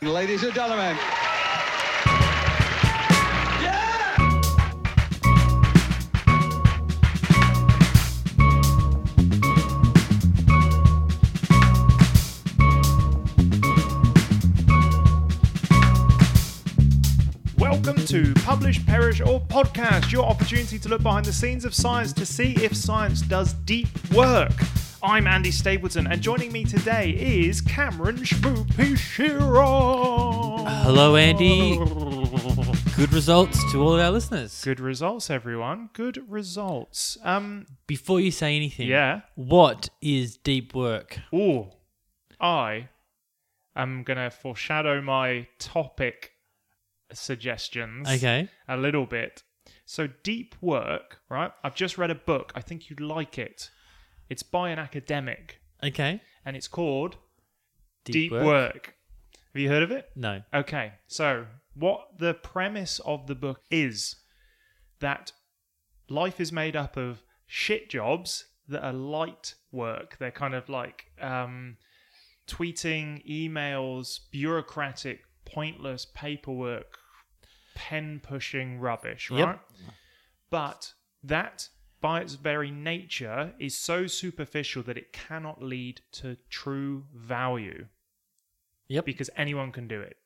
Ladies and gentlemen. Welcome to Publish, Perish, or Podcast, your opportunity to look behind the scenes of science to see if science does deep work. I'm Andy Stapleton, and joining me today is Cameron Shmoopy Shiro. Hello, Andy. Good results to all of our listeners. Good results, everyone. Good results. Um, Before you say anything, Yeah. what is deep work? ooh, I am gonna foreshadow my topic suggestions. Okay. a little bit. So deep work, right? I've just read a book. I think you'd like it. It's by an academic, Okay. and it's called Deep, work. Have you heard of it? No. Okay. So what the premise of the book is that life is made up of shit jobs that are light work. They're kind of like um, tweeting, emails, bureaucratic, pointless paperwork, pen pushing rubbish, Yep. right? But that, by its very nature, is so superficial that it cannot lead to true value Yep. because anyone can do it.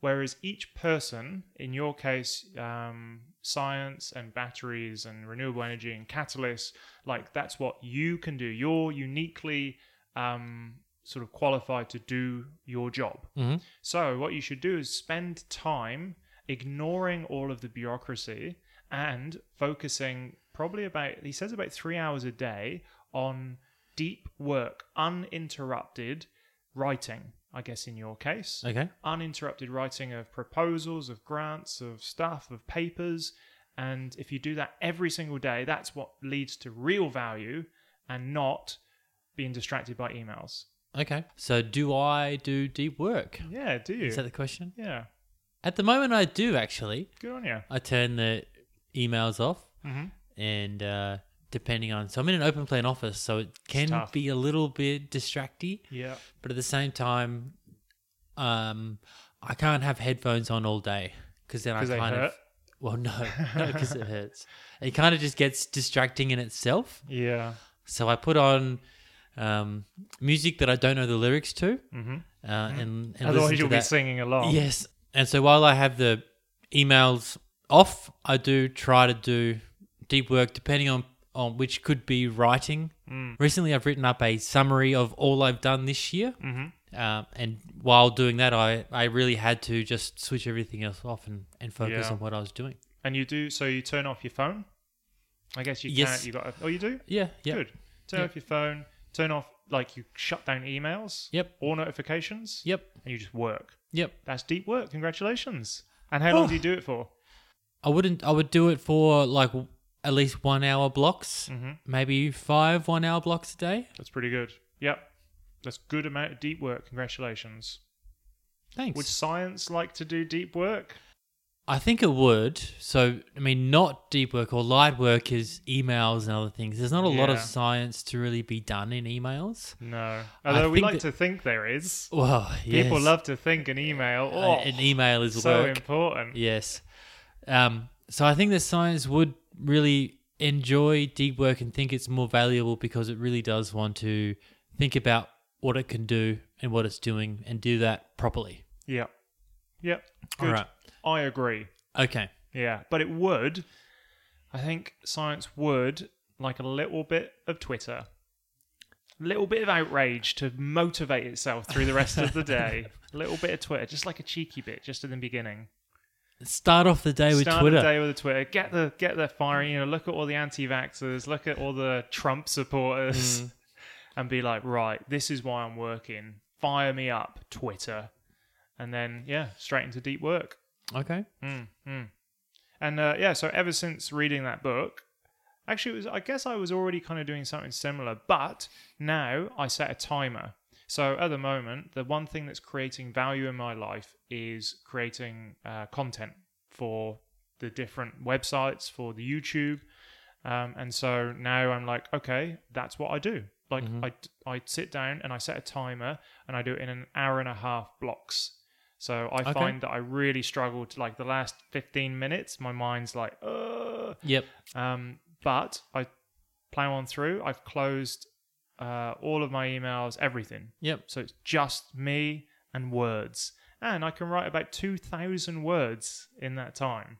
Whereas each person, in your case, um, science and batteries and renewable energy and catalysts, like that's what you can do. You're uniquely um, sort of qualified to do your job. Mhm. So, what you should do is spend time ignoring all of the bureaucracy and focusing probably about, he says, about three hours a day on deep work, uninterrupted writing, I guess, in your case Okay. uninterrupted writing of proposals, of grants, of stuff, of papers. And if you do that every single day, that's what leads to real value and not being distracted by emails. Okay. So, do I do deep work? Yeah, do you? Is that the question? yeah, At the moment, I do actually. good on you. I turn the emails off, Mhm. and uh, depending on, so I'm in an open plan office, so it can tough. be a little bit distracty. Yeah. but at the same time, um, I can't have headphones on all day because then I 'Cause kind they of hurt? well, no, no, because it hurts. It kind of just gets distracting in itself. Yeah. So I put on um, music that I don't know the lyrics to, Mm-hmm. uh, and, and listen Otherwise, to you'll be that. singing along. Yes, and so while I have the emails off, I do try to do deep work, depending on on which could be writing. Mm. Recently, I've written up a summary of all I've done this year. Mhm. Um, and while doing that, I, I really had to just switch everything else off and, and focus Yeah. on what I was doing. And you do, so you turn off your phone? I guess you Yes. can't. You got, oh, you do? Yeah, yeah. Good. Turn Yeah. off your phone, turn off, like, you shut down emails Yep. or notifications, Yep, and you just work. yep. That's deep work. Congratulations. And how long do you do it for? I wouldn't. I would do it for like w- at least one hour blocks, Mm. maybe five one hour blocks a day. Mm-hmm. That's pretty good. Yep. That's good amount of deep work. Congratulations. Thanks. Would science like to do deep work? I think it would. So, I mean, not deep work or light work is emails and other things. There's not a lot of Yeah. science to really be done in emails. No. Although we think like that- to think there is. Well, yes. People love to think an email. A- Oh, an email is so work. important. Yes. Um, so I think that science would really enjoy deep work and think it's more valuable because it really does want to think about what it can do and what it's doing and do that properly. Yep. Yep. Good. All right. I agree. Okay. Yeah. But it would, I think science would like a little bit of Twitter. Little bit of outrage to motivate itself through the rest of the day. little bit of Twitter, just like a cheeky bit, just at the beginning. Start off the day with Start Twitter. the day with a Twitter. Get the get the firing. You know, look at all the anti-vaxxers. Look at all the Trump supporters, Mm. and be like, right, this is why I'm working. Fire me up, Twitter, and then yeah, straight into deep work. Okay. Mm, mm. And uh, yeah, so ever since reading that book, actually, it was I guess I was already kind of doing something similar, but now I set a timer. So at the moment, the one thing that's creating value in my life is creating uh, content for the different websites, for the YouTube. Um, and so now I'm like, okay, that's what I do. Like I, I sit down and I set a timer and I do it in an hour and a half blocks. So I Okay. find that I really struggle to like the last 15 minutes. My mind's like, uh, Yep. um, but I plow on through. I've closed uh, all of my emails, everything. Yep. So it's just me and words. And I can write about 2,000 words in that time,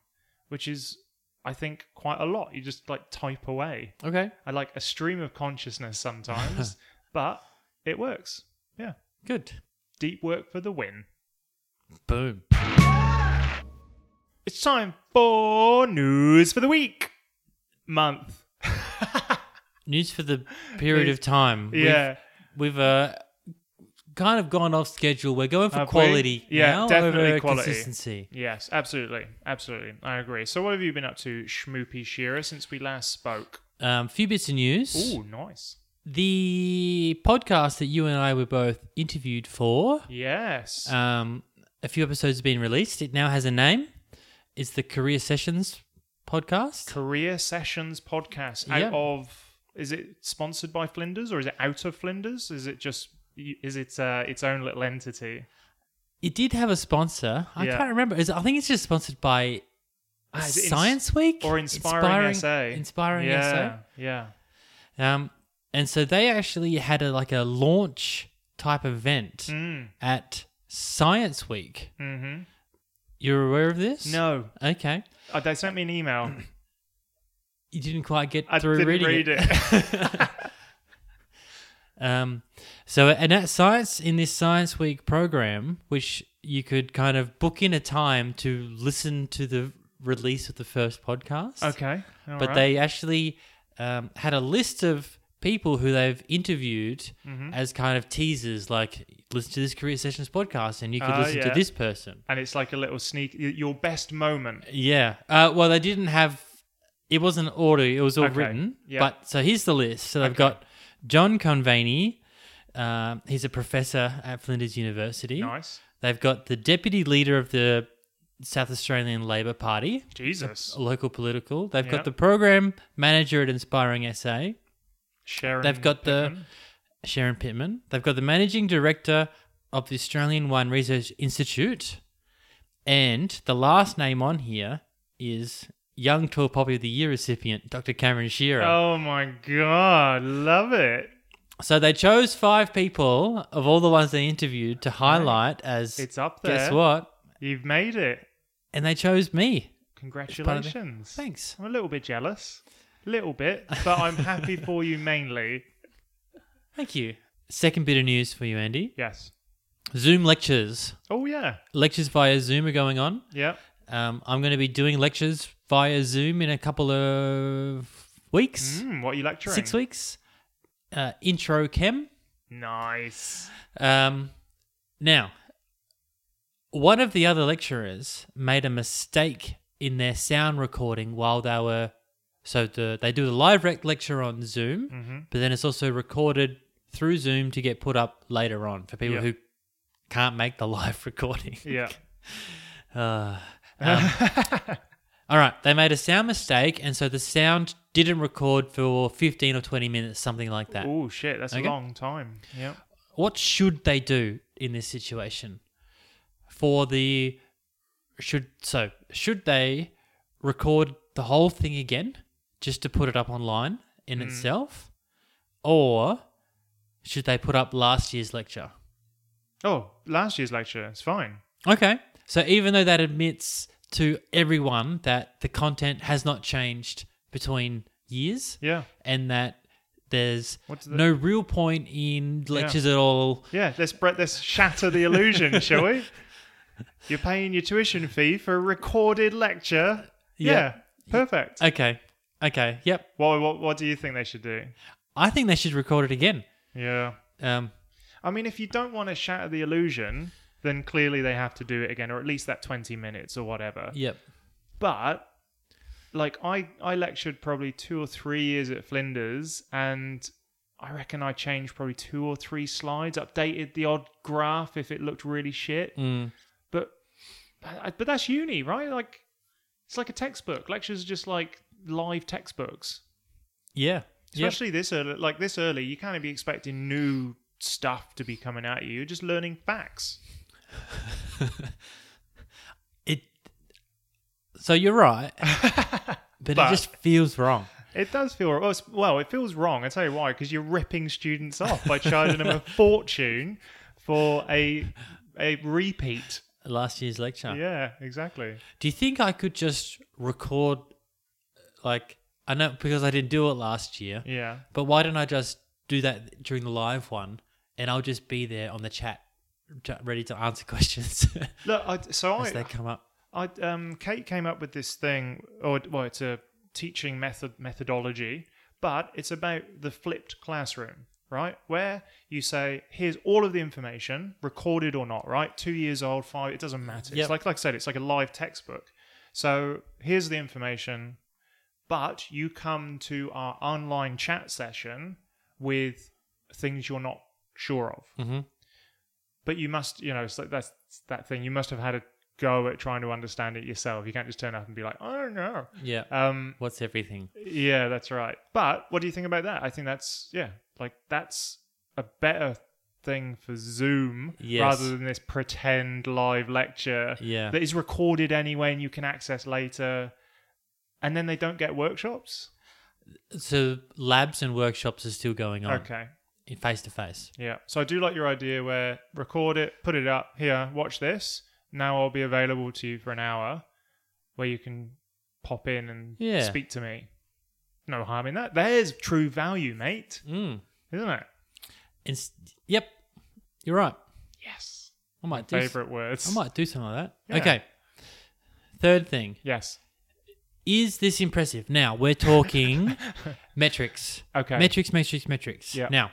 which is, I think, quite a lot. You just like type away. Okay. I like a stream of consciousness sometimes, but it works. Yeah. Good. Deep work for the win. Boom. It's time for news for the week, month. News for the period of time. Yeah. We've, we've uh, kind of gone off schedule. We're going for Have we? quality Yeah, now definitely over quality. consistency. Yes, absolutely, absolutely. I agree. So, what have you been up to, Schmoopy Shearer, since we last spoke? Um, few bits of news. Ooh, nice. The podcast that you and I were both interviewed for, Yes. um, a few episodes have been released. It now has a name. It's the Career Sessions podcast. Career Sessions podcast out Yeah. of is it sponsored by Flinders or is it out of Flinders? Is it just is it uh, its own little entity? It did have a sponsor. I Yeah. can't remember. It's- I think it's just sponsored by Ah, is it ins- Science Week or Inspiring, SA? Inspiring yeah, SA. Yeah. Um, and so they actually had a like a launch type event Mm. at Science Week. hmm You're aware of this? No, Okay. uh, they sent me an email. You didn't quite get I through didn't reading read it. it. Um, so and at science in this Science Week program, which you could kind of book in a time to listen to the release of the first podcast. okay, all but right. they actually um, had a list of people who they've interviewed Mm-hmm. as kind of teasers, like listen to this career sessions podcast, and you could Ah, listen to yeah. this person. and it's like a little sneak. y- Your best moment. Yeah. Uh, well, they didn't have. It wasn't order. It was all Okay. written. Yeah. But so here's the list. So they've got John Convaney. Um, he's a professor at Flinders University. Nice. They've got the deputy leader of the South Australian Labor Party. Jesus. local political. They've Yeah. got the program manager at Inspiring SA, Sharon. They've got the- Pittman. Sharon Pittman. They've got the managing director of the Australian Wine Research Institute. And the last name on here is Young Tall Poppy of the Year recipient, Dr. Cameron Shearer. Oh my god, love it. So they chose five people of all the ones they interviewed to highlight as It's up there. guess what? You've made it. And they chose me. Congratulations. Thanks. I'm a little bit jealous. Little bit, but I'm happy for you mainly. Thank you. Second bit of news for you, Andy. Yes. Zoom lectures. Oh yeah. Lectures via Zoom are going on. Yeah. Um, I'm going to be doing lectures via Zoom in a couple of weeks, Mm, what are you lecturing? six weeks. Uh, intro chem. Nice. Um, now, one of the other lecturers made a mistake in their sound recording while they were. So the, they do the live rec lecture on Zoom, Mm-hmm. but then it's also recorded through Zoom to get put up later on for people Yeah. who can't make the live recording. Yeah. Uh, um, all right, they made a sound mistake, and so the sound didn't record for 15 or 20 minutes, something like that. Oh shit, that's Okay. a long time. Yeah. What should they do in this situation? For the should so should they record the whole thing again just to put it up online in itself, or should they put up last year's lecture? Oh, last year's lecture. It's fine. Okay. So even though that admits to everyone that the content has not changed between years Yeah. and that there's What's the- no real point in lectures at all. Yeah. Let's bre- let's shatter the illusion, shall we? You're paying your tuition fee for a recorded lecture. Yeah. Yeah. Perfect. Okay. Okay. Yep. What, what what do you think they should do? I think they should record it again. Yeah. Um, I mean, if you don't want to shatter the illusion, then clearly they have to do it again, or at least that 20 minutes or whatever. yep. But, like, I, I lectured probably two or three years at Flinders, and I reckon I changed probably two or three slides, updated the odd graph if it looked really shit. Mm. But, but but that's uni, right? Like, it's like a textbook. Lectures are just like live textbooks Yeah. Yep. especially this early like this early you can't be expecting new stuff to be coming at you you're just learning facts it. So you're right, but, But- it just feels wrong. It does feel well. it's- Well, it feels wrong. I tell you why, because you're ripping students off by charging them a fortune for a a repeat. Last year's lecture. Yeah, exactly. Do you think I could just record, like I know because I didn't do it last year, Yeah, but why don't I just do that during the live one, and I'll just be there on the chat, j- ready to answer questions look. I, so as they I, come up. I, um, Kate came up with this thing, or well, it's a teaching method methodology, but it's about the flipped classroom, right? Where you say, "Here's all of the information, recorded or not, right? Two years old, five, it doesn't matter. Yep. It's like, like I said, it's like a live textbook. So here's the information, but you come to our online chat session with things you're not sure of." Mm-hmm. but you must you know so that's that thing you must have had a go at trying to understand it yourself you can't just turn up and be like oh no Yeah. um What's everything? yeah that's right but what do you think about that i think that's yeah like that's a better thing for zoom Yes. rather than this pretend live lecture Yeah. that is recorded anyway and you can access later and then they don't get workshops So labs and workshops are still going on okay in face to face. Yeah. So I do like your idea where record it, put it up here, watch this. Now I'll be available to you for an hour where you can pop in and Yeah. speak to me. No harm in that. There's true value, mate, Mm. isn't it? It's, yep, you're right. Yes. I might do. Favorite words. I might do something like that. Yeah. Okay. Third thing Yes. is this impressive? Now we're talking metrics. Okay. Metrics, metrics, metrics. Yeah. Now,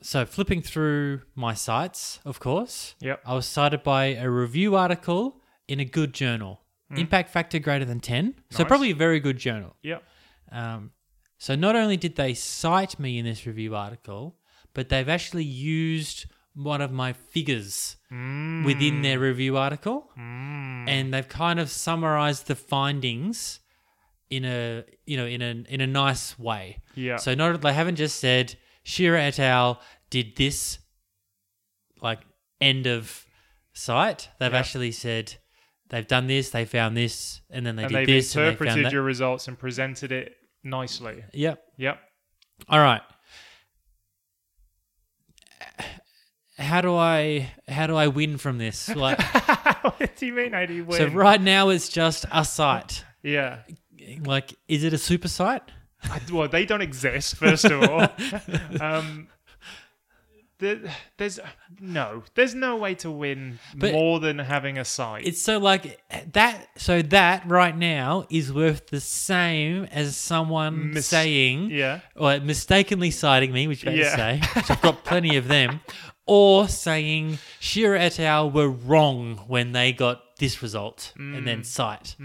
so flipping through my sites, of course, Yep. I was cited by a review article in a good journal. Impact factor greater than 10. So, Hmm. Nice. probably a very good journal. Yep. Um, so, not only did they cite me in this review article, but they've actually used one of my figures Mm. within their review article Mm. and they've kind of summarized the findings in a you know in a in a nice way. Yeah. So not they haven't just said Shira et al. did this like end of site. They've Yeah. actually said they've done this, they found this, and then they and did they've this, and they found interpreted that. your results and presented it nicely. Yep. Yep. All right. How do I how do I win from this? Like what do you mean, how do you win? so right now it's just a site. yeah. Like is it a super site? I, well, they don't exist, first of all. um, the, there's no, there's no way to win But- more than having a site. It's so like that. So that right now is worth the same as someone Mis- saying, yeah, or mistakenly citing me, which I Yeah. say, which I've got plenty of them, or saying Shira et al. were wrong when they got this result and Mm. then cite.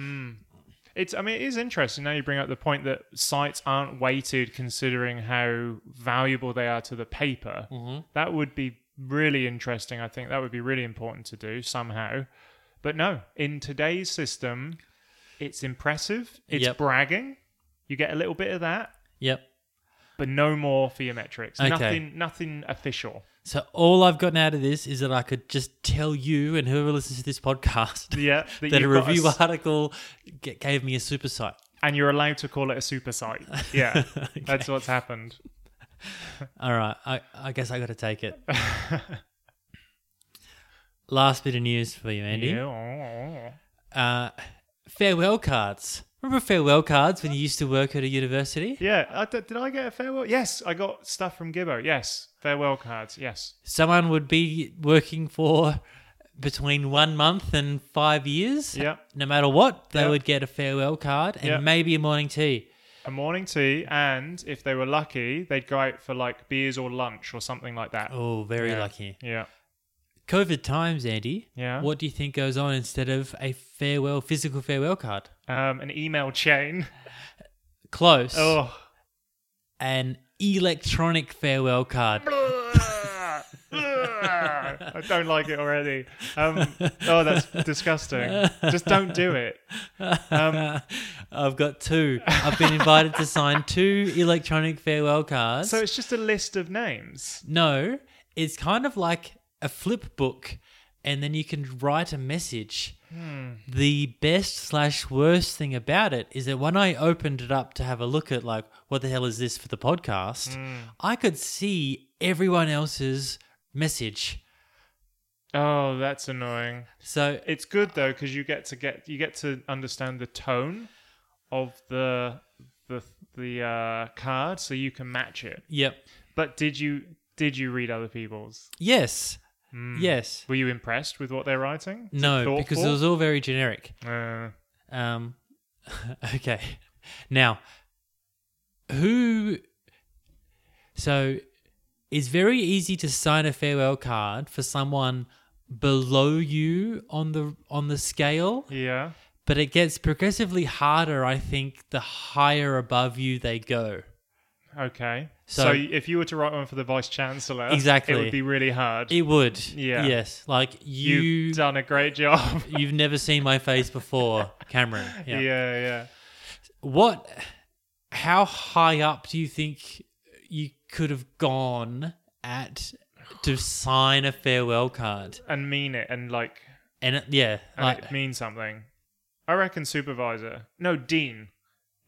it's. I mean, it is interesting. Now you bring up the point that sites aren't weighted, considering how valuable they are to the paper. Mm-hmm. That would be really interesting. I think that would be really important to do somehow. But no, in today's system, it's impressive. It's Yep. bragging. You get a little bit of that. Yep. but no more for your metrics. Okay. Nothing, nothing official. So all I've gotten out of this is that I could just tell you and whoever listens to this podcast Yeah, that a you've got review s- article g- gave me a super site. and you're allowed to call it a super site. Yeah, that's what's happened. All right, I, I guess I got to take it. Last bit of news for you, Andy. Yeah. Uh, farewell cards. Remember farewell cards when you used to work at a university? Yeah, I, d- did I get a farewell? Yes, I got stuff from Gibbo. Yes, farewell cards. Yes, Someone would be working for between one month and five years. Yeah. No matter what, they Yeah. would get a farewell card and Yeah. maybe a morning tea. a morning tea, and if they were lucky, they'd go out for like beers or lunch or something like that. Oh, very Yeah. lucky. Yeah, COVID times, Andy. Yeah. What do you think goes on instead of a farewell, physical farewell card? um, an email chain. Close. Oh, an electronic farewell card. I don't like it already. Um, oh, that's disgusting. Just don't do it. I've got two. I've been invited to sign two electronic farewell cards. So it's just a list of names. no, it's kind of like a flip book and then you can write a message. The best slash worst thing about it is that when I opened it up to have a look at like what the hell is this for the podcast, I could see everyone else's message. Oh, that's annoying. So It's good though because you get to get you get to understand the tone of the the the uh, card, so you can match it. yep, But did you did you read other people's? yes, yes, Were you impressed with what they're writing? Is it no, because it thoughtful? was all very generic. Uh, Um, okay. Now, who? So, it's very easy to sign a farewell card for someone below you on the on the scale, yeah. but it gets progressively harder. I think the higher above you they go. Okay. So, So- if you were to write one for the vice chancellor, Exactly. it would be really hard. It would. Yeah. Yes. Like you. You've You've, done a great job. never seen my face before, Cameron. Yeah, yeah. what how high up do you think you could have gone at to sign a farewell card And mean it and like and it, yeah and like it means something. I reckon supervisor. No, dean.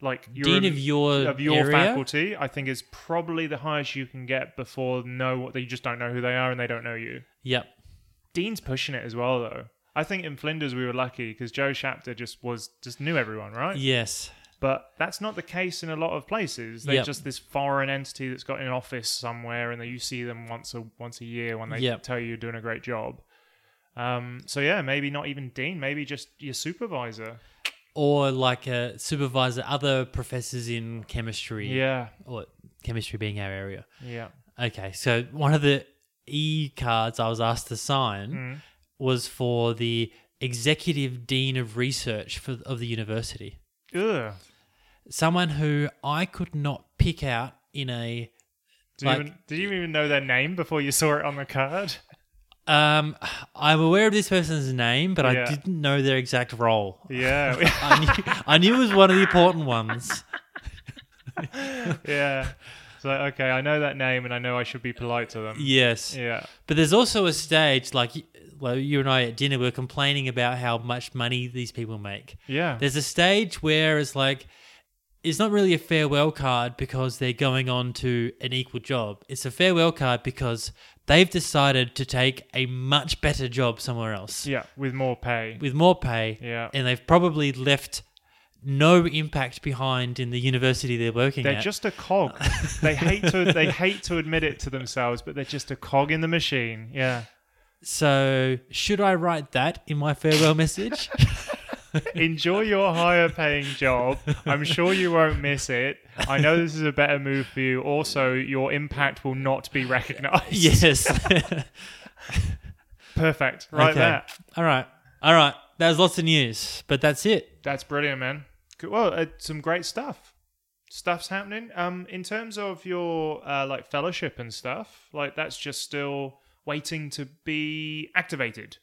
Like you're dean a- of your of your area? faculty, I think is probably the highest you can get before know what they just don't know who they are and they don't know you. yep Dean's pushing it as well though. I think in Flinders we were lucky because Joe Shapter just was just knew everyone, right? yes But that's not the case in a lot of places. They're Yep. just this foreign entity that's got an office somewhere, and then you see them once a once a year when they Yep. tell you you're doing a great job. Um, so yeah, maybe not even dean, maybe just your supervisor. or like a supervisor other professors in chemistry Yeah, or chemistry being our area yeah. okay so one of the e cards i was asked to sign Mm. was for the executive dean of research for, of the university Ugh. someone who I could not pick out in a Did, Like- you even, did you even know their name before you saw it on the card? um I'm aware of this person's name, but Yeah. I didn't know their exact role. Yeah, I knew, I knew it was one of the important ones. yeah. So okay, I know that name, and I know I should be polite to them. Yes. Yeah, But there's also a stage like y- well, you and I at dinner were complaining about how much money these people make. yeah. There's a stage where it's like it's not really a farewell card because they're going on to an equal job. It's a farewell card because they've decided to take a much better job somewhere else. Yeah, with more pay. with more pay, Yeah. and they've probably left no impact behind in the university they're working They're at. just a cog. they hate to they hate to admit it to themselves, but they're just a cog in the machine. Yeah. so, should I write that in my farewell message? Enjoy your higher paying job. I'm sure you won't miss it. I know this is a better move for you. Also, your impact will not be recognized. yes. Perfect. Right Okay. there. All right. All right. That was lots of news, but that's it. That's brilliant, man. Good- Well, uh, some great stuff. Stuff's happening. Um, in terms of your uh, like fellowship and stuff, like that's just still waiting to be activated.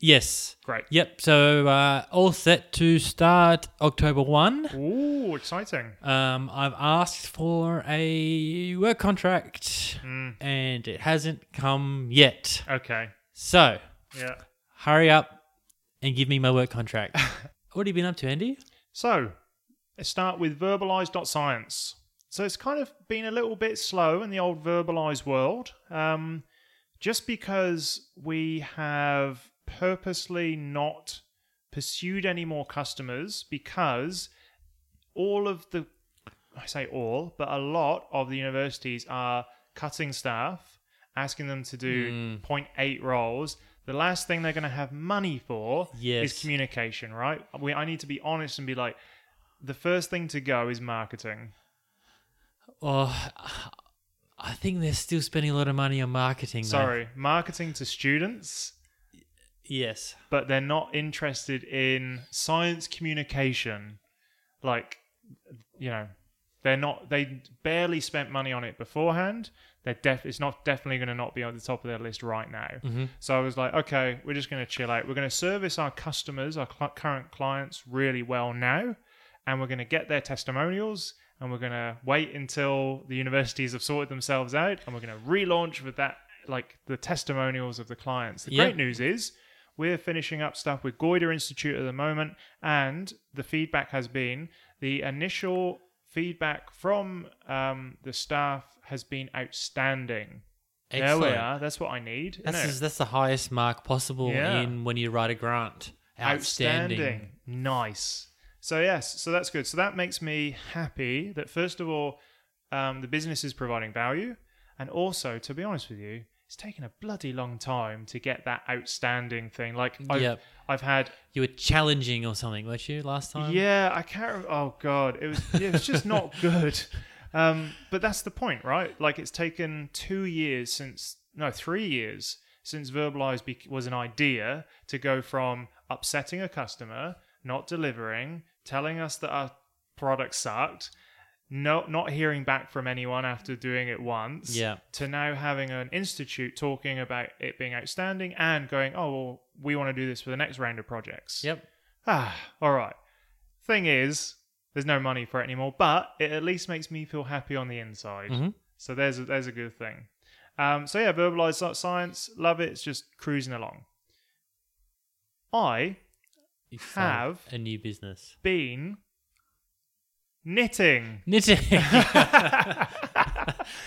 Yes. Great. Yep. So, uh, all set to start October 1. Ooh, exciting. Um, I've asked for a work contract Mm. and it hasn't come yet. Okay. So, Yeah. hurry up and give me my work contract. what have you been up to, Andy? So, let's start with verbalize.science. So, it's kind of been a little bit slow in the old verbalize world, um, just because we have purposely not pursued any more customers because all of the, I say all, but a lot of the universities are cutting staff, asking them to do 0.8 roles. The last thing they're going to have money for is Yes. communication, right? We, I need to be honest and be like, the first thing to go is marketing. Oh, I think they're still spending a lot of money on marketing. though. Sorry, marketing to students, Yes. but they're not interested in science communication. Like, you know, they're not. They barely spent money on it beforehand. They're def. It's not definitely going to not be on the top of their list right now. Mm-hmm. So I was like, okay, we're just going to chill out. We're going to service our customers, our cl- current clients, really well now, and we're going to get their testimonials. And we're going to wait until the universities have sorted themselves out, and we're going to relaunch with that like the testimonials of the clients. The Yeah. great news is we're finishing up stuff with Goiter Institute at the moment, and the feedback has been the initial feedback from um, the staff has been outstanding. There we Excellent. are. That's what I need. That's No, is- that's the highest mark possible Yeah. in when you write a grant. Outstanding. Nice. So yes, so that's good. So that makes me happy that first of all, um, the business is providing value, and also to be honest with you, it's taken a bloody long time to get that outstanding thing. Like I've, Yep. I've had You were challenging or something, weren't you, last time? yeah, I can't. rem- Oh god, it was it was just not good. Um, but that's the point, right? Like it's taken two years since no three years since Verbalize be- was an idea to go from upsetting a customer, not delivering, telling us that our product sucked. No, not hearing back from anyone after doing it once. Yeah. To now having an institute talking about it being outstanding and going, oh, well, we want to do this for the next round of projects. Yep. Ah, all right. Thing is, there's no money for it anymore, but it at least makes me feel happy on the inside. Mhm. So there's a, there's a good thing. Um, so yeah, verbalized Sci- science, love it. It's just cruising along. I You started Have. a new business. been knitting. Knitting.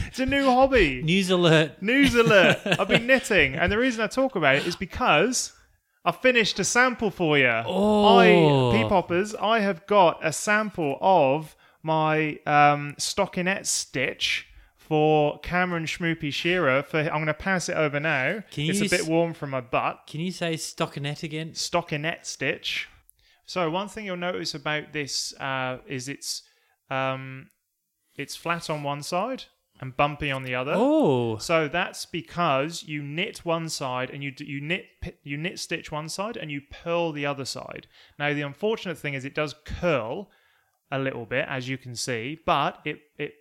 it's a new hobby. News alert. News alert! I've been knitting, and the reason I talk about it is because I finished a sample for you. Oh. I, pea poppers, I have got a sample of my um, stockinette stitch for Cameron Schmoopy Shearer. For I'm going to pass it over now. Can you it's a s- bit warm from my butt. Can you say stockinette again? Stockinette stitch. So one thing you'll notice about this uh, is it's um, it's flat on one side and bumpy on the other. Oh. So that's because you knit one side and you d- you knit p- you knit stitch one side and you purl the other side. Now the unfortunate thing is it does curl a little bit as you can see, but it it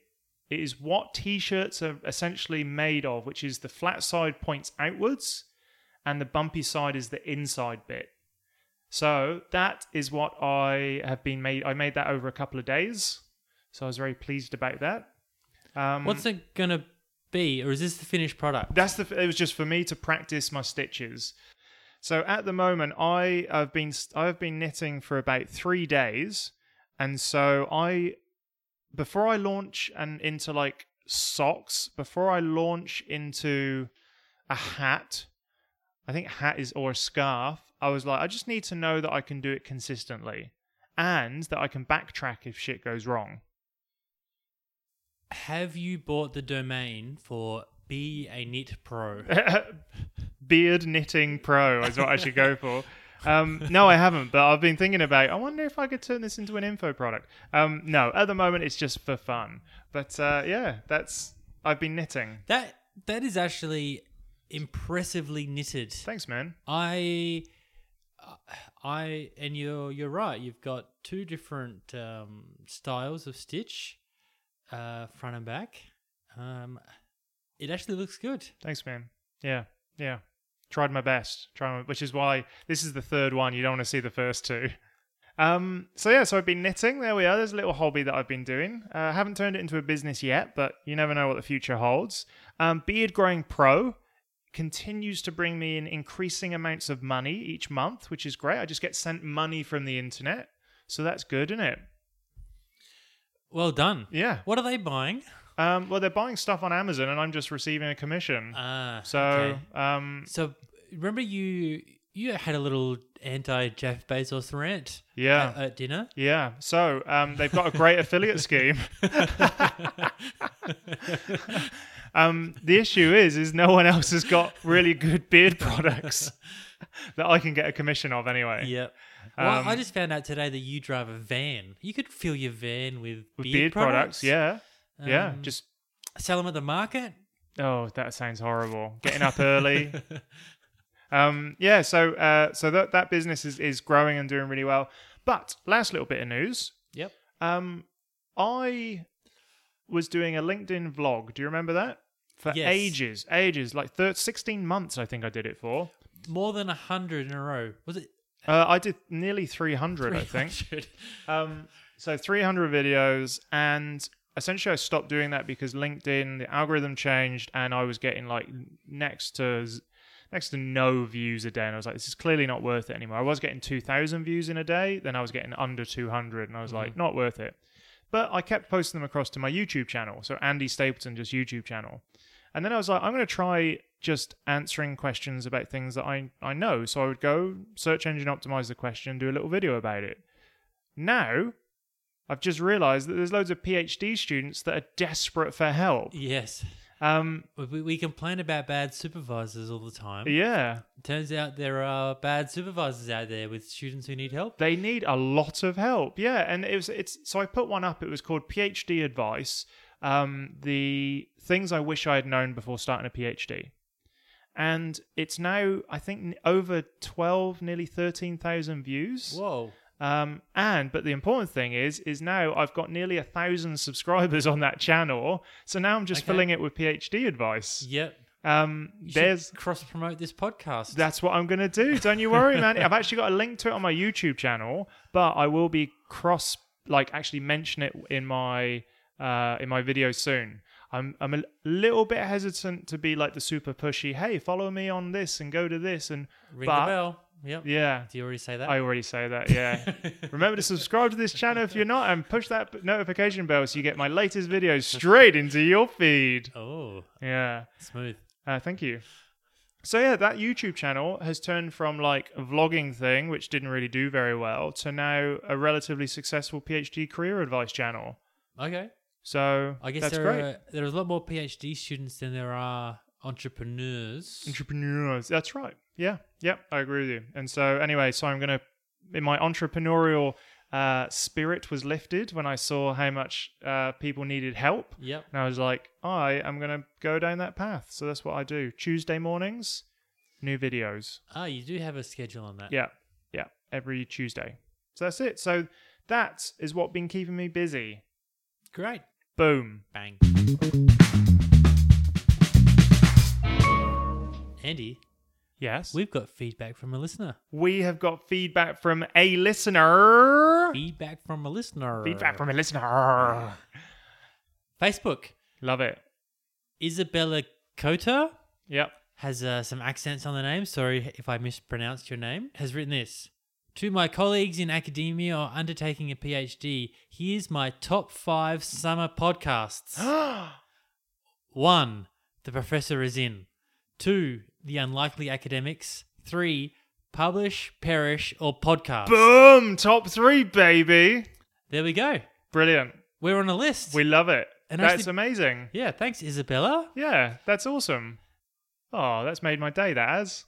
it is what t-shirts are essentially made of, which is the flat side points outwards and the bumpy side is the inside bit. So that is what I have been made I made that over a couple of days. So I was very pleased about that. Um, What's it going to be? Or is this the finished product? that's the. It was just for me to practice my stitches. So at the moment, I have been I've been knitting for about three days, and so I, before I launch and into like socks, before I launch into a hat, I think hat is or a scarf. I was like, I just need to know that I can do it consistently, and that I can backtrack if shit goes wrong. Have you bought the domain for Be a Knit Pro? beard knitting pro is what I should go for. Um, no, I haven't, but I've been thinking about. I wonder if I could turn this into an info product. Um, no, at the moment it's just for fun. But uh, yeah, that's I've been knitting. That that is actually impressively knitted. Thanks, man. I, I, and you're you're right. You've got two different um, styles of stitch, uh, front and back. Um, it actually looks good. Thanks, man. Yeah, yeah. Tried my best. Tried my, which is why this is the third one. You don't want to see the first two. Um, so yeah, so I've been knitting. There we are. There's a little hobby that I've been doing. Uh, I haven't turned it into a business yet, but you never know what the future holds. Um, Beard Growing Pro continues to bring me in increasing amounts of money each month, which is great. I just get sent money from the internet, so that's good, isn't it? Well done. Yeah. What are they buying? Um, well, they're buying stuff on Amazon, and I'm just receiving a commission. Ah, so, okay. um, so remember you you had a little anti Jeff Bezos rant. Yeah. At, at dinner. Yeah, so um, they've got a great affiliate scheme. um, the issue is, is no one else has got really good beard products that I can get a commission of anyway. Yep. Well, Um, I just found out today that you drive a van. You could fill your van with, With beard, beard, products, yeah, yeah. Um, Just Sell them at the market. oh, that sounds horrible. Getting up early. um, yeah, so uh, so that that business is is growing and doing really well. But last little bit of news. Yep. Um, I was doing a LinkedIn vlog. Do you remember that? For Yes. ages, ages, like thir 16 months, I think I did it for. More than a hundred in a row. Was it? Uh, I did nearly 300, I think. 300? Um, so 300 videos, and essentially I stopped doing that because LinkedIn the algorithm changed and I was getting like next to z- next to no views a day and I was like this is clearly not worth it anymore. I was getting 2000 views in a day, then I was getting under 200 and I was like not worth it. But I kept posting them across to my YouTube channel, so Andy Stapleton just YouTube channel. And then I was like I'm going to try just answering questions about things that I I know. So I would go search engine optimize the question, do a little video about it. Now I've just realised that there's loads of PhD students that are desperate for help. Yes. Um, We- We, we complain about bad supervisors all the time. yeah, Turns out there are bad supervisors out there with students who need help. they need a lot of help. Yeah, and it was it's so I put one up. It was called PhD advice. Um, the things I wish I had known before starting a PhD, and it's now I think n- over twelve, nearly thirteen thousand views. Whoa. Um, and but the important thing is, is now I've got nearly a thousand subscribers on that channel. So now I'm just Okay. filling it with PhD advice. Yep. Um, there's cross promote this podcast. That's what I'm going to do. Don't you worry, man. I've actually got a link to it on my YouTube channel, but I will be cross like actually mention it in my uh in my video soon. I'm I'm a little bit hesitant to be like the super pushy, "Hey, follow me on this and go to this and Ring but- the bell. Yep. yeah." Do you already say that? I already say that, yeah. Remember to subscribe to this channel if you're not and push that p- notification bell so you get my latest videos straight into your feed. oh, Yeah. smooth. Uh, thank you. So yeah, that YouTube channel has turned from like a vlogging thing, which didn't really do very well, to now a relatively successful PhD career advice channel. Okay. So I guess that's there great. are there's a lot more PhD students than there are entrepreneurs. Entrepreneurs. That's right. Yeah. Yeah. I agree with you. And so anyway, so I'm gonna in my entrepreneurial uh, spirit was lifted when I saw how much uh, people needed help. Yep. And I was like, I am gonna go down that path. So that's what I do. Tuesday mornings, new videos. Ah, you do have a schedule on that. Yeah, yeah, every Tuesday. So that's it. So that is what been keeping me busy. Great. Boom. Bang. Andy, Yes. We, we've got feedback from a listener. have got feedback from a listener. Feedback from a listener. Feedback from a listener. Facebook. Love it. Isabella Cota Yep. has uh, some accents on the name. Sorry if I mispronounced your name. Has written this. To my colleagues in academia or undertaking a PhD, here's my top five summer podcasts. One, the professor is in. Two, the unlikely academics. Three, publish, perish, or podcast. Boom. Top three, baby. There we go. Brilliant. We're on a list. We love it. And that's actually- amazing. yeah, thanks, Isabella. Yeah, that's awesome. Oh, that's made my day, that has.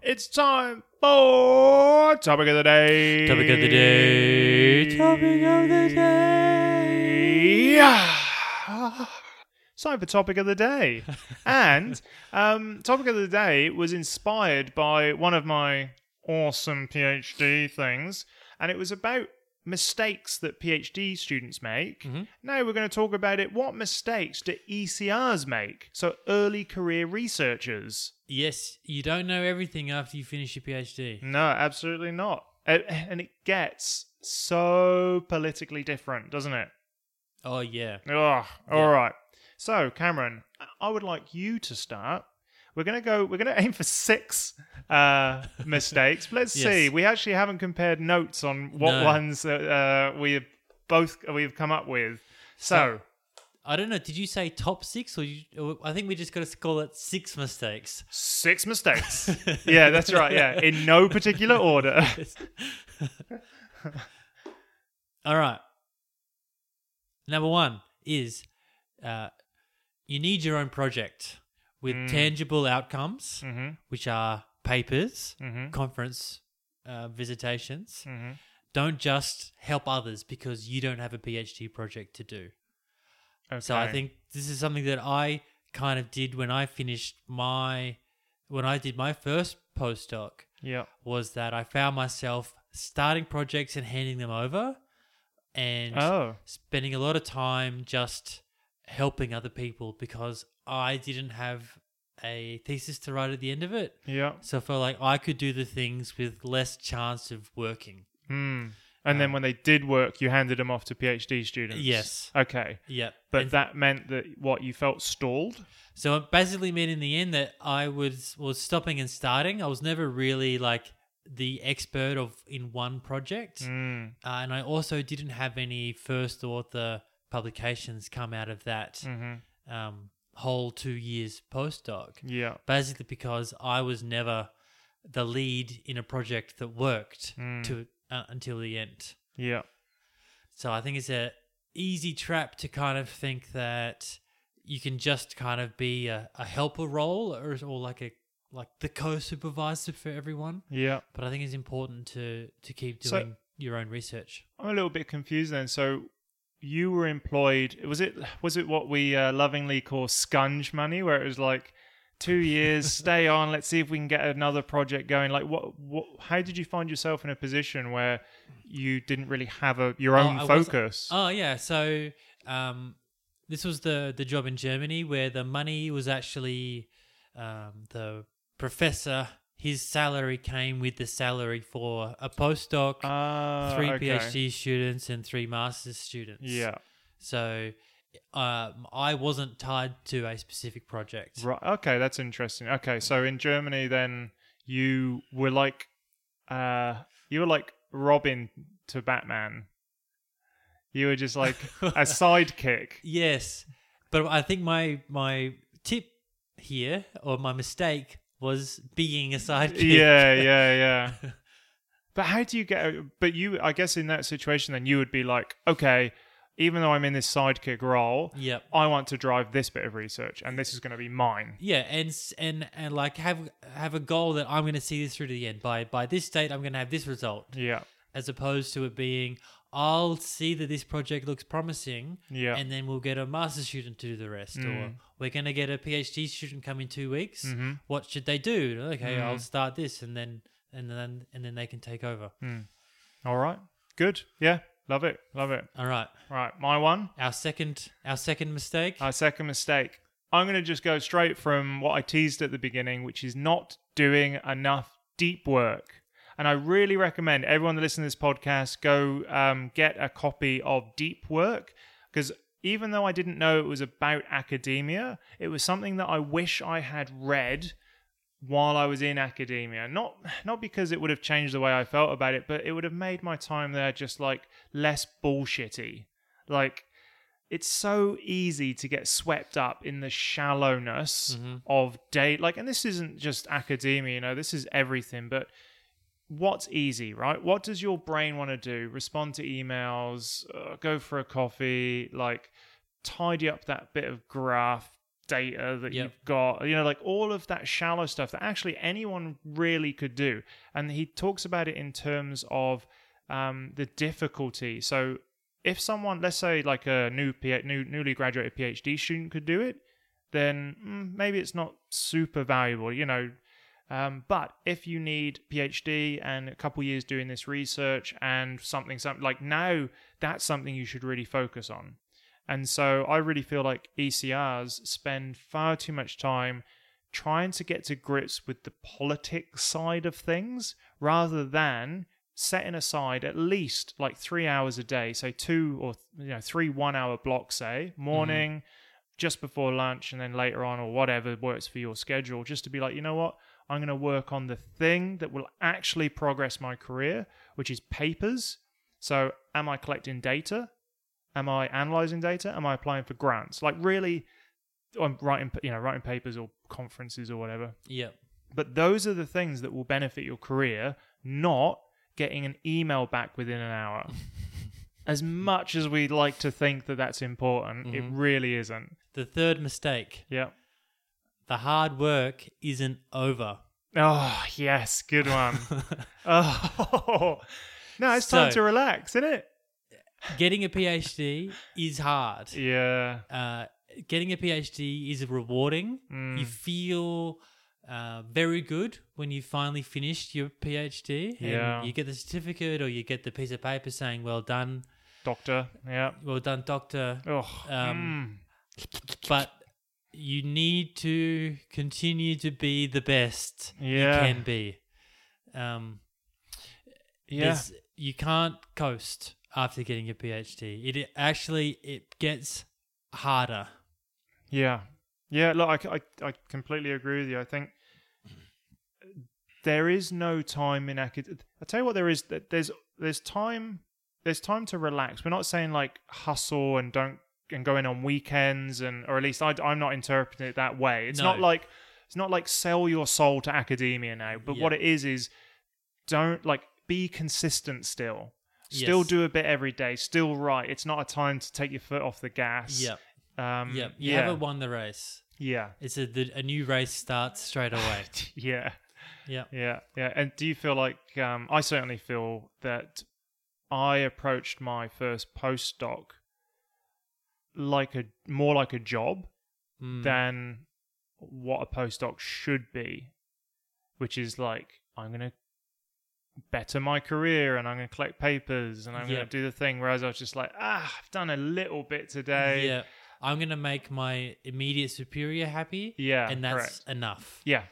It's time for Topic of the Day. Topic of the day. Topic of the day. Yeah. It's time for Topic of the Day. and um, Topic of the Day was inspired by one of my awesome PhD things, and it was about mistakes that PhD students make. Mm-hmm. Now we're going to talk about it. What mistakes do ECRs make? So early career researchers. Yes, you don't know everything after you finish your PhD. No, absolutely not. And- And it gets so politically different, doesn't it? Oh, yeah. Ugh, All right. So, Cameron, I would like you to start. We're gonna go. We're gonna aim for six uh, mistakes. Let's Yes. see. We actually haven't compared notes on what No. ones uh, we have both we have come up with. So, I don't know. Did you say top six? Or you, or I think we just got to call it six mistakes. six mistakes. yeah, that's right. Yeah, in no particular order. All right. Number one is uh, you need your own project with Mm. tangible outcomes, Mm-hmm, which are papers, conference uh, Mm. visitations. mm-hmm. Don't just help others because you don't have a PhD project to do. Okay. So I think this is something that I kind of did when I finished my when I did my first postdoc Yeah. was that I found myself starting projects and handing them over and Oh. spending a lot of time just helping other people because I didn't have a thesis to write at the end of it. Yeah. So I felt like I could do the things with less chance of working. Hmm. And then when they did work, you handed them off to PhD students. Um, Yes. Okay. Yep. But And that meant that what you felt stalled. so it basically meant in the end that I was was stopping and starting. I was never really like the expert of in one project, Mm, uh, and I also didn't have any first author publications come out of that hmm um, whole two years postdoc. Yeah. basically because I was never the lead in a project that worked Mm. to uh, until the end. Yeah. So I think it's a easy trap to kind of think that you can just kind of be a, a helper role or, or like a like the co-supervisor for everyone. Yeah. But I think it's important to to keep So- doing your own research. I'm a little bit confused then. So you were employed. Was it was it what we uh, lovingly call scunge money, where it was like two years, stay on, let's see if we can get another project going. Like what? what how did you find yourself in a position where you didn't really have a your Oh, own I wasn't- focus? Oh yeah, so um, this was the the job in Germany where the money was actually um, the professor. His salary came with the salary for a postdoc, Ah, three okay. PhD students, and three master's students. Yeah. So um, I wasn't tied to a specific project. Right. Okay, that's interesting. Okay, so in Germany, then you were like, uh, you were like Robin to Batman. You were just like a sidekick. Yes, but I think my my tip here or my mistake was being a sidekick. Yeah, yeah, yeah. But how do you get? But you, I guess, in that situation, then you would be like, okay, even though I'm in this sidekick role, Yep. I want to drive this bit of research, and this is going to be mine. yeah and s- and and like have have a goal that i'm going to see this through to the end by by this date i'm going to have this result Yeah, as opposed to it being i'll see that this project looks promising yeah, and then we'll get a master's student to do the rest or Mm. we're going to get a phd student come in two weeks Mhm. what should they do okay i'll Mm. start this and then and then and then they can take over Mm. all right, good, yeah, love it, love it. all right Right, my one. our second our second mistake Our second mistake. I'm going to just go straight from what I teased at the beginning, which is not doing enough deep work. And I really recommend everyone that listens to this podcast go um, get a copy of Deep Work because even though I didn't know it was about academia, it was something that I wish I had read while I was in academia. Not not because it would have changed the way I felt about it, but it would have made my time there just like less bullshitty. Like it's so easy to get swept up in the shallowness of day like and this isn't just academia, you know, this is everything, but what's easy, right? What does your brain want to do? Respond to emails, uh, go for a coffee, like tidy up that bit of graph data that Yep. you've got, you know, like all of that shallow stuff that actually anyone really could do. And he talks about it in terms of um, the difficulty. So if someone, let's say, like a new, P- new newly graduated PhD student could do it, then mm, maybe it's not super valuable, you know. Um, but if you need PhD and a couple years doing this research and something, something like now, that's something you should really focus on. And so I really feel like ECRs spend far too much time trying to get to grips with the politics side of things rather than setting aside at least like three hours a day, say two or you know three one hour blocks, say morning, just before lunch, and then later on or whatever works for your schedule, just to be like, you know what, I'm going to work on the thing that will actually progress my career, which is papers. So, am I collecting data? Am I analyzing data? Am I applying for grants? Like really, I'm writing, you know, writing papers or conferences or whatever. yep But those are the things that will benefit your career, not getting an email back within an hour. as much as we like to think that that's important, it really isn't. the third mistake Yeah. the hard work isn't over Oh, yes, good one. oh. No, it's time So- to relax, isn't it? getting a phd is hard Yeah. uh, getting a PhD is rewarding. Mm. You feel uh, very good when you finally finished your PhD. and Yeah. you get the certificate or you get the piece of paper saying, well done, Doctor. Yeah. well done, doctor. Oh. Um, But you need to continue to be the best mm. Yeah. you can be. Um, yeah. there's- you can't coast after getting your PhD. It actually it gets harder. Yeah. Yeah, look, I, I, I completely agree with you. I think there is no time in academia. I tell you what, there is. There's there's time. There's time to relax. We're not saying like hustle and don't and go in on weekends and or at least I, I'm not interpreting it that way. It's No. not like it's not like sell your soul to academia now. But what Yeah. it is is don't like be consistent still. Still Yes. do a bit every day. Still write. It's not a time to take your foot off the gas. Yep. Um, Yep. You yeah. haven't won the race. yeah. It's a, the, a new race starts straight away. Yeah. yep. Yeah, yeah. And do you feel like um, I certainly feel that I approached my first postdoc like a more like a job Mm. than what a postdoc should be, which is like I'm gonna better my career and I'm gonna collect papers and I'm Yeah. gonna do the thing. Whereas I was just like, ah, I've done a little bit today. yeah. I'm gonna make my immediate superior happy. Yeah, And that's correct. enough. yeah,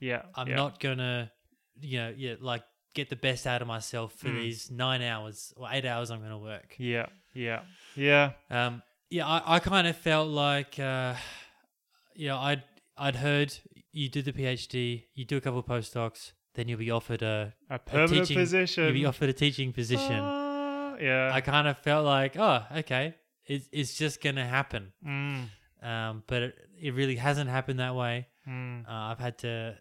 yeah. I'm yeah. not gonna, you know, yeah, like get the best out of myself for these nine hours or eight hours I'm gonna work. Mm. Yeah, yeah, yeah. Um, yeah, I, I kind of felt like, uh, you know, I'd I'd heard you do the PhD, you do a couple of postdocs, then you'll be offered a, A a permanent teaching position. You'll be offered a teaching position. Ah, yeah. I kind of felt like, oh, okay, it's it's just gonna happen. Mm, Um, but it, it really hasn't happened that way. mm, Uh, I've had to,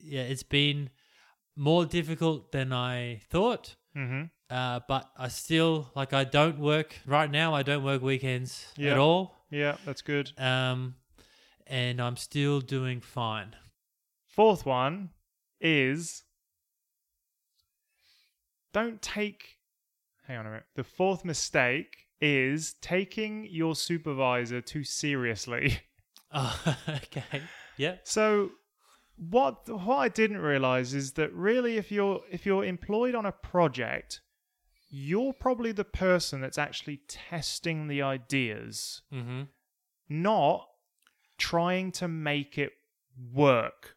yeah, it's been more difficult than I thought. hmm Uh, but I still like I don't work right now. I don't work weekends Yeah. at all. Yeah, that's good. um, and I'm still doing fine. Fourth one is don't take. Hang on a minute. The fourth mistake is taking your supervisor too seriously. Oh, okay. Yeah. So what what I didn't realize is that really if you're if you're employed on a project, you're probably the person that's actually testing the ideas, Mm-hmm. not trying to make it work.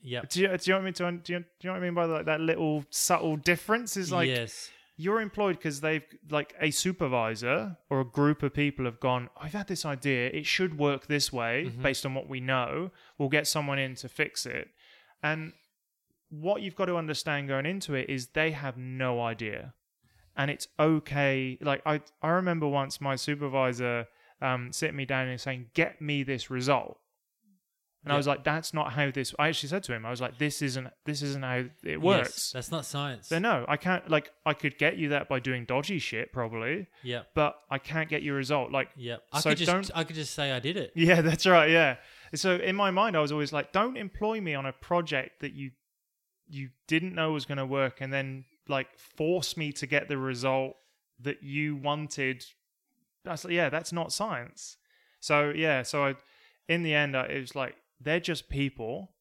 Yep. Do you, do you know what I mean? To, do, you, do you know what I mean by like that little subtle difference? Is like yes. you're employed because they've like a supervisor or a group of people have gone. I've had this idea. It should work this way Mm-hmm. based on what we know. We'll get someone in to fix it. And what you've got to understand going into it is they have no idea, and it's okay. Like I, I remember once my supervisor um, sitting me down and saying, "Get me this result." And I Yeah. was like, "That's not how this." I actually said to him, "I was like, this isn't this isn't how it Yes. works." That's not science. so no, I can't. Like, I could get you that by doing dodgy shit probably, Yep. but I can't get you a result. Like, Yep. I So could just don't- I could just say I did it. yeah, that's right. Yeah. So in my mind, I was always like, don't employ me on a project that you you didn't know was going to work, and then like force me to get the result that you wanted. That's yeah, that's not science. So yeah, so I, in the end, I, it was like they're just people.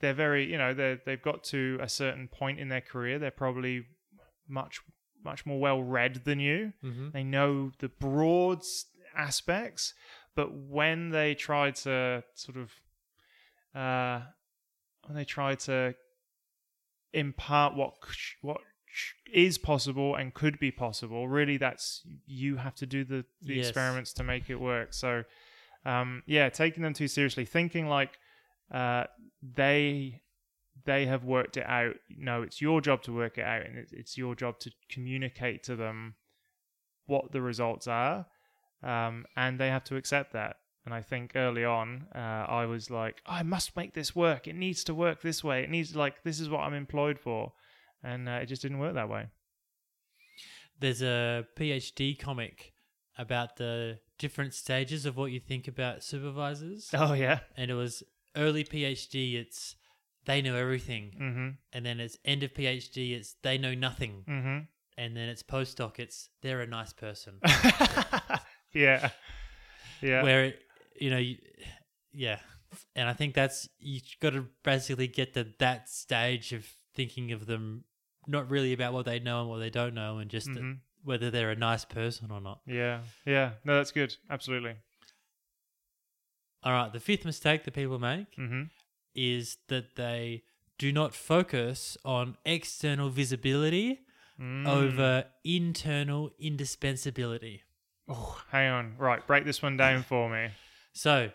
They're very, you know, they they've got to a certain point in their career. They're probably much much more well read than you. Mm-hmm. They know the broad s- aspects, but when they try to sort of, uh, when they try to impart what c- what sh- is possible and could be possible, really, that's you have to do the, the Yes. experiments to make it work. So, um, yeah, taking them too seriously, thinking like uh, they they have worked it out. No, it's your job to work it out, and it's, it's your job to communicate to them what the results are, um, and they have to accept that. And I think early on, uh, I was like, I must make this work. It needs to work this way. It needs like this is what I'm employed for, and uh, it just didn't work that way. There's a PhD comic about the different stages of what you think about supervisors, Oh yeah. and it was early PhD. It's they know everything, Mhm. and then it's end of PhD. It's they know nothing, Mhm. and then it's postdoc. It's they're a nice person. Yeah. Yeah. where it, you know, you, yeah, and I think that's you got to basically get to that stage of thinking of them not really about what they know and what they don't know, and just Mhm. whether they're a nice person or not. yeah. Yeah. No, that's good. Absolutely. All right, the fifth mistake that people make Mhm. is that they do not focus on external visibility Hmm. Mm. over internal indispensability. Oh, hang on. Right, break this one down for me. So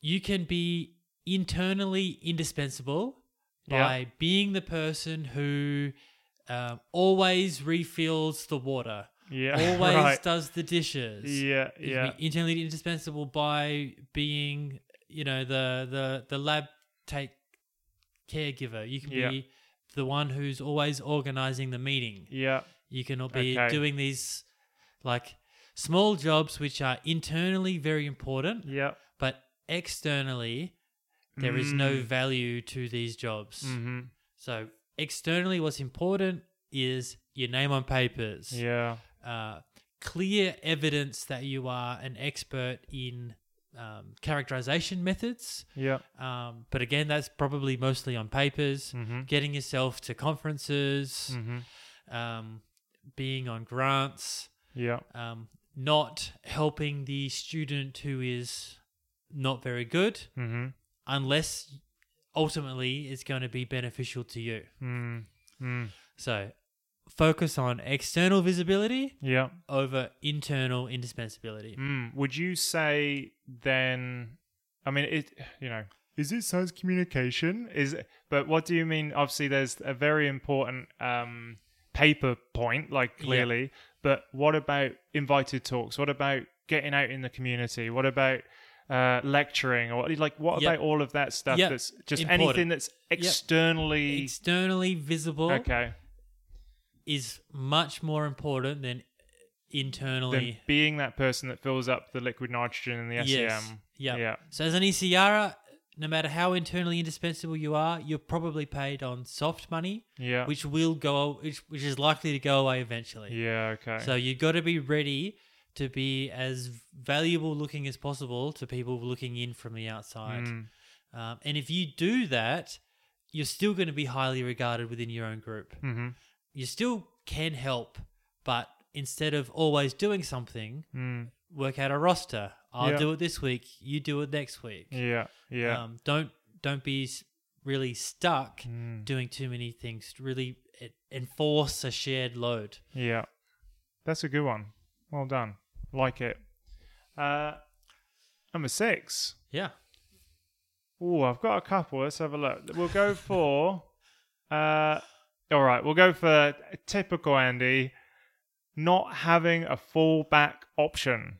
you can be internally indispensable by being the person who um, always refills the water, Yeah. always right. does the dishes. Yeah, You can yeah. be internally indispensable by being, you know, the the the lab take caregiver. You can Yeah. be the one who's always organizing the meeting. Yeah. You can be Okay. doing these like small jobs which are internally very important, Yeah. but externally there is Mm. no value to these jobs. Mm-hmm. So externally, what's important is your name on papers, Yeah. uh, clear evidence that you are an expert in um, characterization methods. Yeah. Um, but again, that's probably mostly on papers. Mm-hmm. Getting yourself to conferences, Mm-hmm. um, being on grants, Yeah. um, not helping the student who is not very good, Mm-hmm. unless ultimately it's going to be beneficial to you. Mm. Mm. So focus on external visibility Yeah. over internal indispensability. Mm. Would you say then? I mean, it. You know, is it science communication? Is it- but what do you mean? Obviously, there's a very important um, paper point, like clearly. But what about invited talks? What about getting out in the community? What about uh, lecturing or like what Yep. about all of that stuff? Yep. That's just Important. anything that's externally. Externally visible Okay. is much more important than Then internally. being that person that fills up the liquid nitrogen in the SEM. Yes. Yep. E Yeah. So as an ECRA, no matter how internally indispensable you are, you're probably paid on soft money, Yeah. which will go, which, which is likely to go away eventually. yeah. Okay. So you've got to be ready to be as valuable looking as possible to people looking in from the outside. Mm. Um, and if you do that, you're still going to be highly regarded within your own group. Mhm. You still can help, but instead of always doing something, Mm. work out a roster. I'll Yeah. do it this week. You do it next week. Yeah. Yeah. Um, don't don't be s- really stuck Hmm. doing too many things. Really e- enforce a shared load. yeah. That's a good one. Well done. Like it. Uh, number six. Yeah. Oh, I've got a couple. Let's have a look. We'll go for. uh, all right, we'll go for typical Andy, not having a fallback option.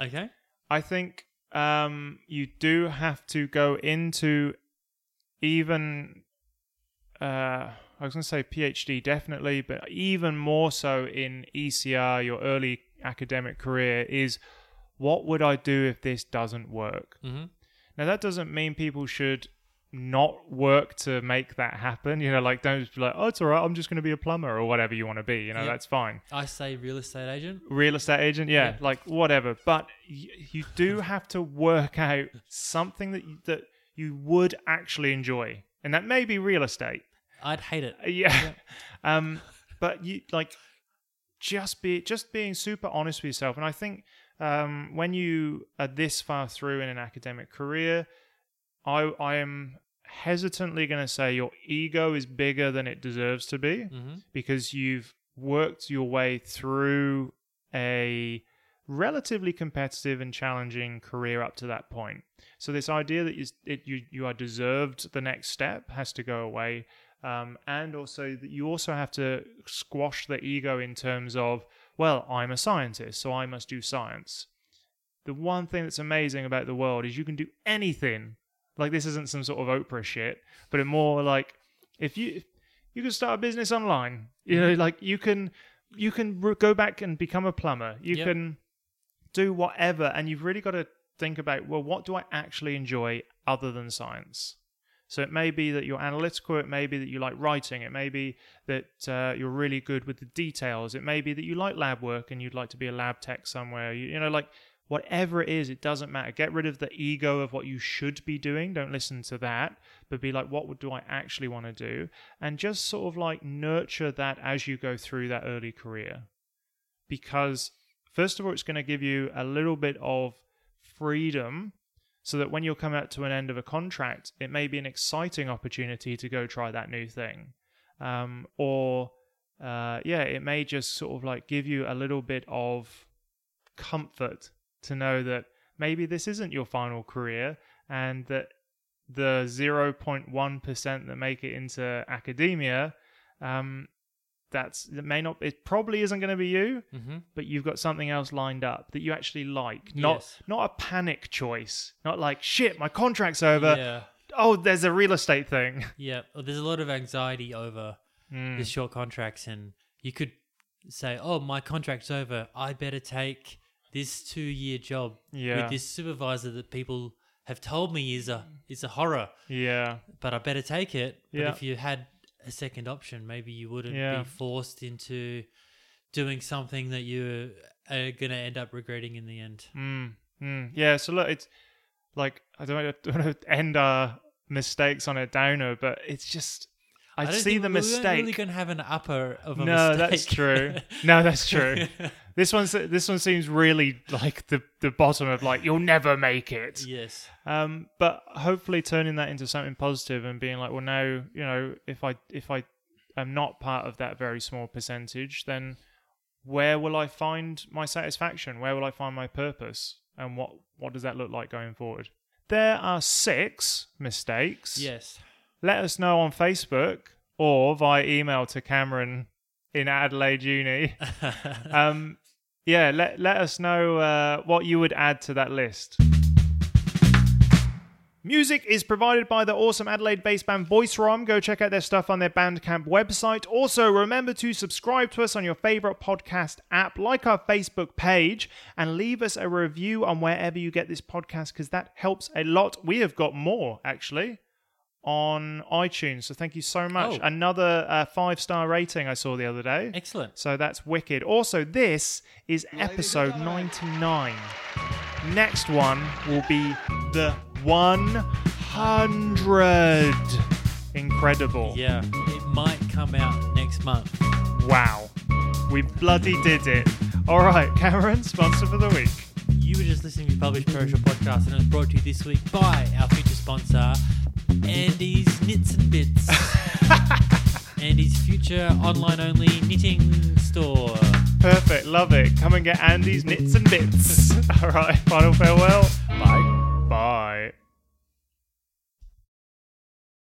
Okay. I think um, you do have to go into even. Uh, I was going to say PhD definitely, but even more so in ECR, your early academic career is what would I do if this doesn't work? Mm-hmm. Now that doesn't mean people should not work to make that happen. You know, like don't just be like, oh, it's all right. I'm just going to be a plumber or whatever you want to be. You know, Yeah. that's fine I say real estate agent. real estate agent yeah, Yeah. like whatever but y- you do have to work out something that you, that you would actually enjoy and that may be real estate I'd hate it. Uh, yeah, um but you like just be just being super honest with yourself and i think um when you are this far through in an academic career i i am hesitantly going to say your ego is bigger than it deserves to be Mm-hmm. because you've worked your way through a relatively competitive and challenging career up to that point. So this idea that you it, you, you are deserved the next step has to go away, um, and also that you also have to squash the ego in terms of well, I'm a scientist, so I must do science. The one thing that's amazing about the world is you can do anything. Like this isn't some sort of Oprah shit, but it more like if you you can start a business online you know like you can you can re- go back and become a plumber you Yep. can do whatever and you've really got to think about well what do i actually enjoy other than science so it may be that you're analytical it may be that you like writing it may be that uh, you're really good with the details it may be that you like lab work and you'd like to be a lab tech somewhere you, you know like whatever it is it doesn't matter get rid of the ego of what you should be doing don't listen to that but be like what would- do i actually want to do and just sort of like nurture that as you go through that early career because first of all it's going to give you a little bit of freedom so that when you're coming out to an end of a contract it may be an exciting opportunity to go try that new thing um, or uh, yeah, it may just sort of like give you a little bit of comfort to know that maybe this isn't your final career and that the 0.1% that make it into academia, um, that's that may not it probably isn't going to be you Mm-hmm. but you've got something else lined up that you actually like not Yes. not a panic choice not like shit my contract's over yeah, oh there's a real estate thing Mm, yeah. Well, there's a lot of anxiety over the short contracts, and you could say, "Oh, my contract's over. I better take this two-year job Yeah. with this supervisor that people have told me is a is a horror, yeah but I better take it." Yeah. But if you had a second option, maybe you wouldn't Yeah. be forced into doing something that you are gonna end up regretting in the end. Mm, mm. Yeah, so look, it's like I don't want to end our mistakes on a downer, but it's just I, don't see think the we- we weren't mistake. really gonna have an upper of a no, mistake. that's true. No, that's true. this one's this one seems really like the the bottom of like you'll never make it. yes. Um, but hopefully turning that into something positive and being like, well, no, you know, if I if I am not part of that very small percentage, then where will I find my satisfaction? Where will I find my purpose? And what what does that look like going forward? There are six mistakes. Yes. Let us know on Facebook or via email to Cameron in Adelaide Uni. um, yeah, let let us know uh, what you would add to that list. Music is provided by the awesome Adelaide based band Voice Rom. Go check out their stuff on their Bandcamp website. Also, remember to subscribe to us on your favorite podcast app, like our Facebook page, and leave us a review on wherever you get this podcast because that helps a lot. We have got more, actually, on iTunes. So thank you so much. Oh. Another uh, five star rating I saw the other day. Excellent. So that's wicked. Also, this is episode 99. Next one will be the 100. Incredible. Yeah, it might come out next month. Wow. We bloody did it. All right, Cameron, sponsor for the week. You were just listening to Published Commercial Podcast, and it was brought to you this week by our future sponsor, Andy's Knits and Bits. Andy's future online only knitting store. Perfect. Love it. Come and get Andy's knits and bits. All right, final farewell. Bye. Bye.